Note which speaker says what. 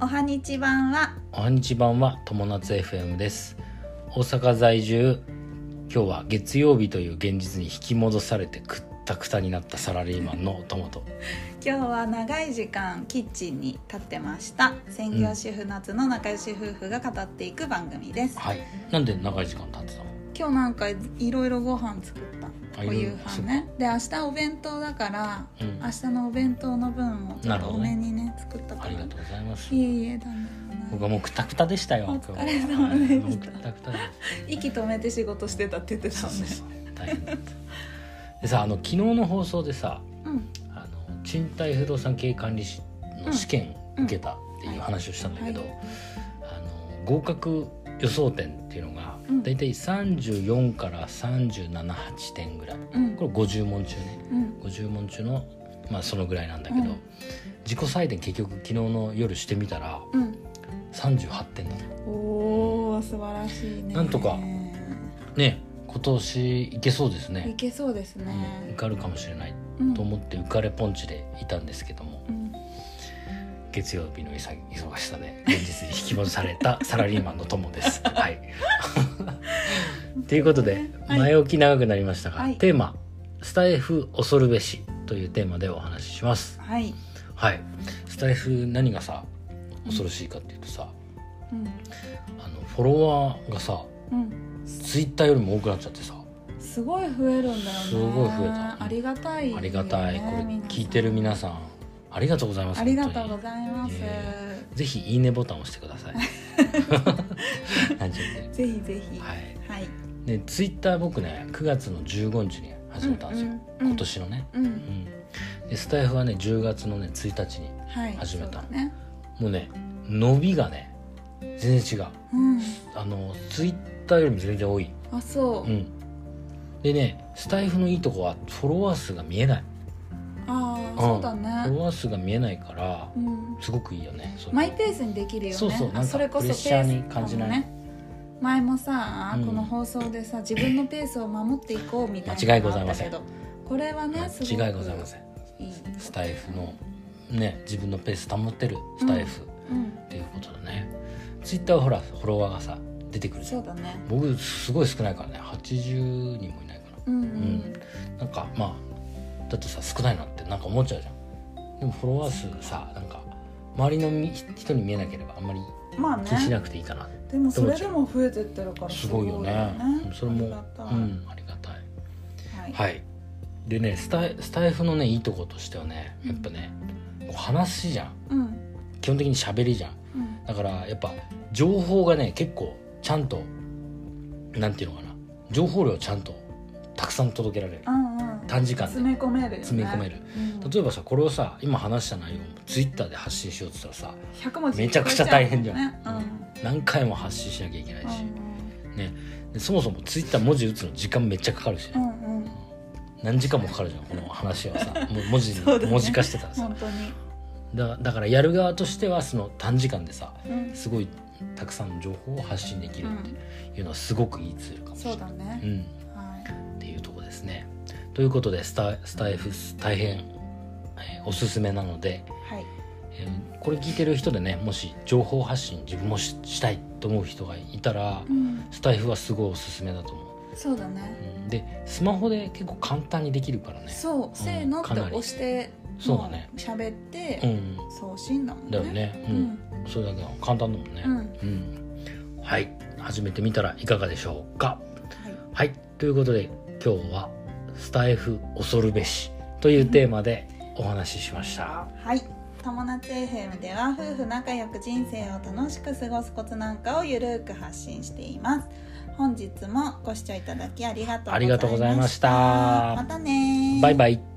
Speaker 1: おはにちばんは
Speaker 2: おはにちばんは友夏 FM です大阪在住今日は月曜日という現実に引き戻されてくったくたになったサラリーマンのトモと
Speaker 1: 今日は長い時間キッチンに立ってました専業主婦夏の仲良し夫婦が語っていく番組です、
Speaker 2: はいなんで長い時間経ってたの
Speaker 1: 今日なんかいろいろご飯作った
Speaker 2: あ
Speaker 1: お
Speaker 2: い
Speaker 1: 夕
Speaker 2: ろいろ
Speaker 1: 飯ねで明日お弁当だから、
Speaker 2: うん
Speaker 1: 明日のお弁当の分をちょ
Speaker 2: な
Speaker 1: っ
Speaker 2: る
Speaker 1: と
Speaker 2: ほ
Speaker 1: 多
Speaker 2: ど
Speaker 1: め
Speaker 2: ね
Speaker 1: にね作ったか
Speaker 2: あ
Speaker 1: ら
Speaker 2: りがとうございます
Speaker 1: いえいえだね
Speaker 2: 僕はもうくたくたでしたよ
Speaker 1: お
Speaker 2: 今日
Speaker 1: 疲れ様でした
Speaker 2: もうくたくたで
Speaker 1: 息止めて仕事してたって言って
Speaker 2: す
Speaker 1: た
Speaker 2: そう
Speaker 1: もん
Speaker 2: そう
Speaker 1: ね
Speaker 2: そう大変だったでさあの昨日の放送でさ
Speaker 1: うん
Speaker 2: あの賃貸不動産経営管理士の試験
Speaker 1: うん
Speaker 2: 受けたっていう話をしたんだけど、
Speaker 1: は
Speaker 2: あの合格予想点っていうのが
Speaker 1: うん
Speaker 2: 大体34から378点ぐらい
Speaker 1: うん
Speaker 2: これ50問中ね
Speaker 1: うん
Speaker 2: 50問中のまあそのぐらいなんだけど、
Speaker 1: うん
Speaker 2: 自己採点結局昨日の夜してみたら
Speaker 1: うん
Speaker 2: 38点だった
Speaker 1: おー素晴らしいね
Speaker 2: なんとかね今年いけそうです
Speaker 1: い
Speaker 2: ね、
Speaker 1: けそうです
Speaker 2: うん受
Speaker 1: ね、
Speaker 2: かるかもしれない
Speaker 1: うん
Speaker 2: と思って浮かれポンチでいたんですけども、
Speaker 1: うん
Speaker 2: 月曜日の忙忙しさで現実に引き戻され たサラリーマンの友です。はい。ということで
Speaker 1: はい
Speaker 2: 前置き長くなりましたが、
Speaker 1: はい
Speaker 2: テーマ「スタイフ恐るべし」というテーマでお話しします。
Speaker 1: はい、
Speaker 2: はい。スタイフ何がさ恐ろしいかっていうとさ、
Speaker 1: うん
Speaker 2: あのフォロワーがさ
Speaker 1: うん、
Speaker 2: ツイッターよりも多くなっちゃってさ、
Speaker 1: すごい増えるんだよね
Speaker 2: すごい増えた
Speaker 1: ありがたいよね、
Speaker 2: ありがたいこれ
Speaker 1: 皆さん
Speaker 2: 聞いてる皆さんありがとうございます。
Speaker 1: ありがとう
Speaker 2: 本当
Speaker 1: ご
Speaker 2: に
Speaker 1: ざいます、
Speaker 2: いえぜひいいねボタンを押してく ださい。なんちゃって。
Speaker 1: ぜひぜひ、
Speaker 2: はいい。でツイッター僕ね9月の15日に始めたんですよ、
Speaker 1: うんうん
Speaker 2: 今年のね、
Speaker 1: うん、
Speaker 2: うん、でスタイフはね10月のね1日に
Speaker 1: はい
Speaker 2: 始めた
Speaker 1: そうだね、
Speaker 2: もうね伸びがね全然違う
Speaker 1: うん、
Speaker 2: あのツイッターよりも全然多い、
Speaker 1: あそう、
Speaker 2: うん、でねスタイフのいいとこはフォロワー数が見えない
Speaker 1: ああ、
Speaker 2: ん
Speaker 1: そうだ
Speaker 2: フォ
Speaker 1: ね、
Speaker 2: ロワー数が見えないから
Speaker 1: うん、
Speaker 2: すごくいいよねそう
Speaker 1: マイペースにできるよね
Speaker 2: そうそうなんか
Speaker 1: あれこそ
Speaker 2: プレッシャーに感じない
Speaker 1: ペースかもね前もさ、
Speaker 2: うん
Speaker 1: この放送でさ自分のペースを守っていこうみたいなのがあったけど
Speaker 2: 間違
Speaker 1: これはねすごく
Speaker 2: 間違いございません
Speaker 1: いい
Speaker 2: スタイフのね自分のペース保ってるスタイフ、
Speaker 1: うん
Speaker 2: っていうことだねツイッターはほらフォロワーがさ出てくるじゃ
Speaker 1: そうんだね
Speaker 2: 僕すごい少ないからね80人もいないか
Speaker 1: うんうん、
Speaker 2: らなんかまあだとさ少ないなってなんか思っちゃうじゃんでもフォロワー数さなんか周りのみ人に見えなければあんまり
Speaker 1: まあ
Speaker 2: 気にし
Speaker 1: ね
Speaker 2: なくていいかな、
Speaker 1: でもそれでも増えてってるから
Speaker 2: す
Speaker 1: す
Speaker 2: ご
Speaker 1: ご
Speaker 2: い
Speaker 1: い
Speaker 2: よ
Speaker 1: よ
Speaker 2: ね
Speaker 1: ね
Speaker 2: うんそれも
Speaker 1: ありがたい
Speaker 2: うんありがたい
Speaker 1: はい、
Speaker 2: はいでねスタイスタイフのねいいとことしてはねやっぱね、こう話じゃん
Speaker 1: うん
Speaker 2: 基本的に喋りじゃん
Speaker 1: うん
Speaker 2: だからやっぱ情報がね結構ちゃんとなんていうのかな情報量ちゃんとたくさん届けられる
Speaker 1: うんうん
Speaker 2: 短時間で
Speaker 1: 詰め込めるよね
Speaker 2: 詰め込める、
Speaker 1: うん、
Speaker 2: 例えばさこれをさ今話した内容をツイッターで発信しようって言ったらさ
Speaker 1: 100文字
Speaker 2: めちゃくちゃ大変じゃん
Speaker 1: いっぱいちうもね
Speaker 2: 何回も発信しなきゃいけないし、
Speaker 1: う
Speaker 2: ね、でそもそもツイッター文字打つの時間めっちゃかかるし、ね
Speaker 1: んうんうんうん
Speaker 2: 何時間もかかるじゃんこの話はさ もう文字に、
Speaker 1: そうだね
Speaker 2: 文字化してたらさ
Speaker 1: 本当に、
Speaker 2: だだからやる側としてはその短時間でさ
Speaker 1: うん、
Speaker 2: すごいたくさんの情報を発信できるっていうのはすごくいいツールかもしれ
Speaker 1: そう
Speaker 2: な
Speaker 1: だ
Speaker 2: い。
Speaker 1: ね、
Speaker 2: うん
Speaker 1: はい
Speaker 2: っていうとこですね。ということでスタスタイフス大変、えーおすすめなので、
Speaker 1: はい
Speaker 2: えーこれ聞いてる人でねもし情報発信自分もししたいと思う人がいたら、
Speaker 1: うん、
Speaker 2: スタイフはすごいおすすめだと思
Speaker 1: そうだ
Speaker 2: う。
Speaker 1: ね
Speaker 2: うんでスマホで結構簡単にできるからね。
Speaker 1: そう、せーのって
Speaker 2: かなり
Speaker 1: 押して
Speaker 2: そうだね
Speaker 1: も喋って、
Speaker 2: うん
Speaker 1: 送信だもんね
Speaker 2: だよね。う、
Speaker 1: うんん、
Speaker 2: それだけは簡単だもんね。
Speaker 1: うん
Speaker 2: うんはい始めてみたらいかがでしょうか。
Speaker 1: はい
Speaker 2: はい、ということで今日は「スタイフ恐るべし」というテーマでお話ししました。
Speaker 1: はい友達 FM では夫婦仲良く人生を楽しく過ごすコツなんかをゆるーく発信しています本日もご視聴いただきありがとうございました
Speaker 2: ありがとうございました
Speaker 1: またねー
Speaker 2: バイバイ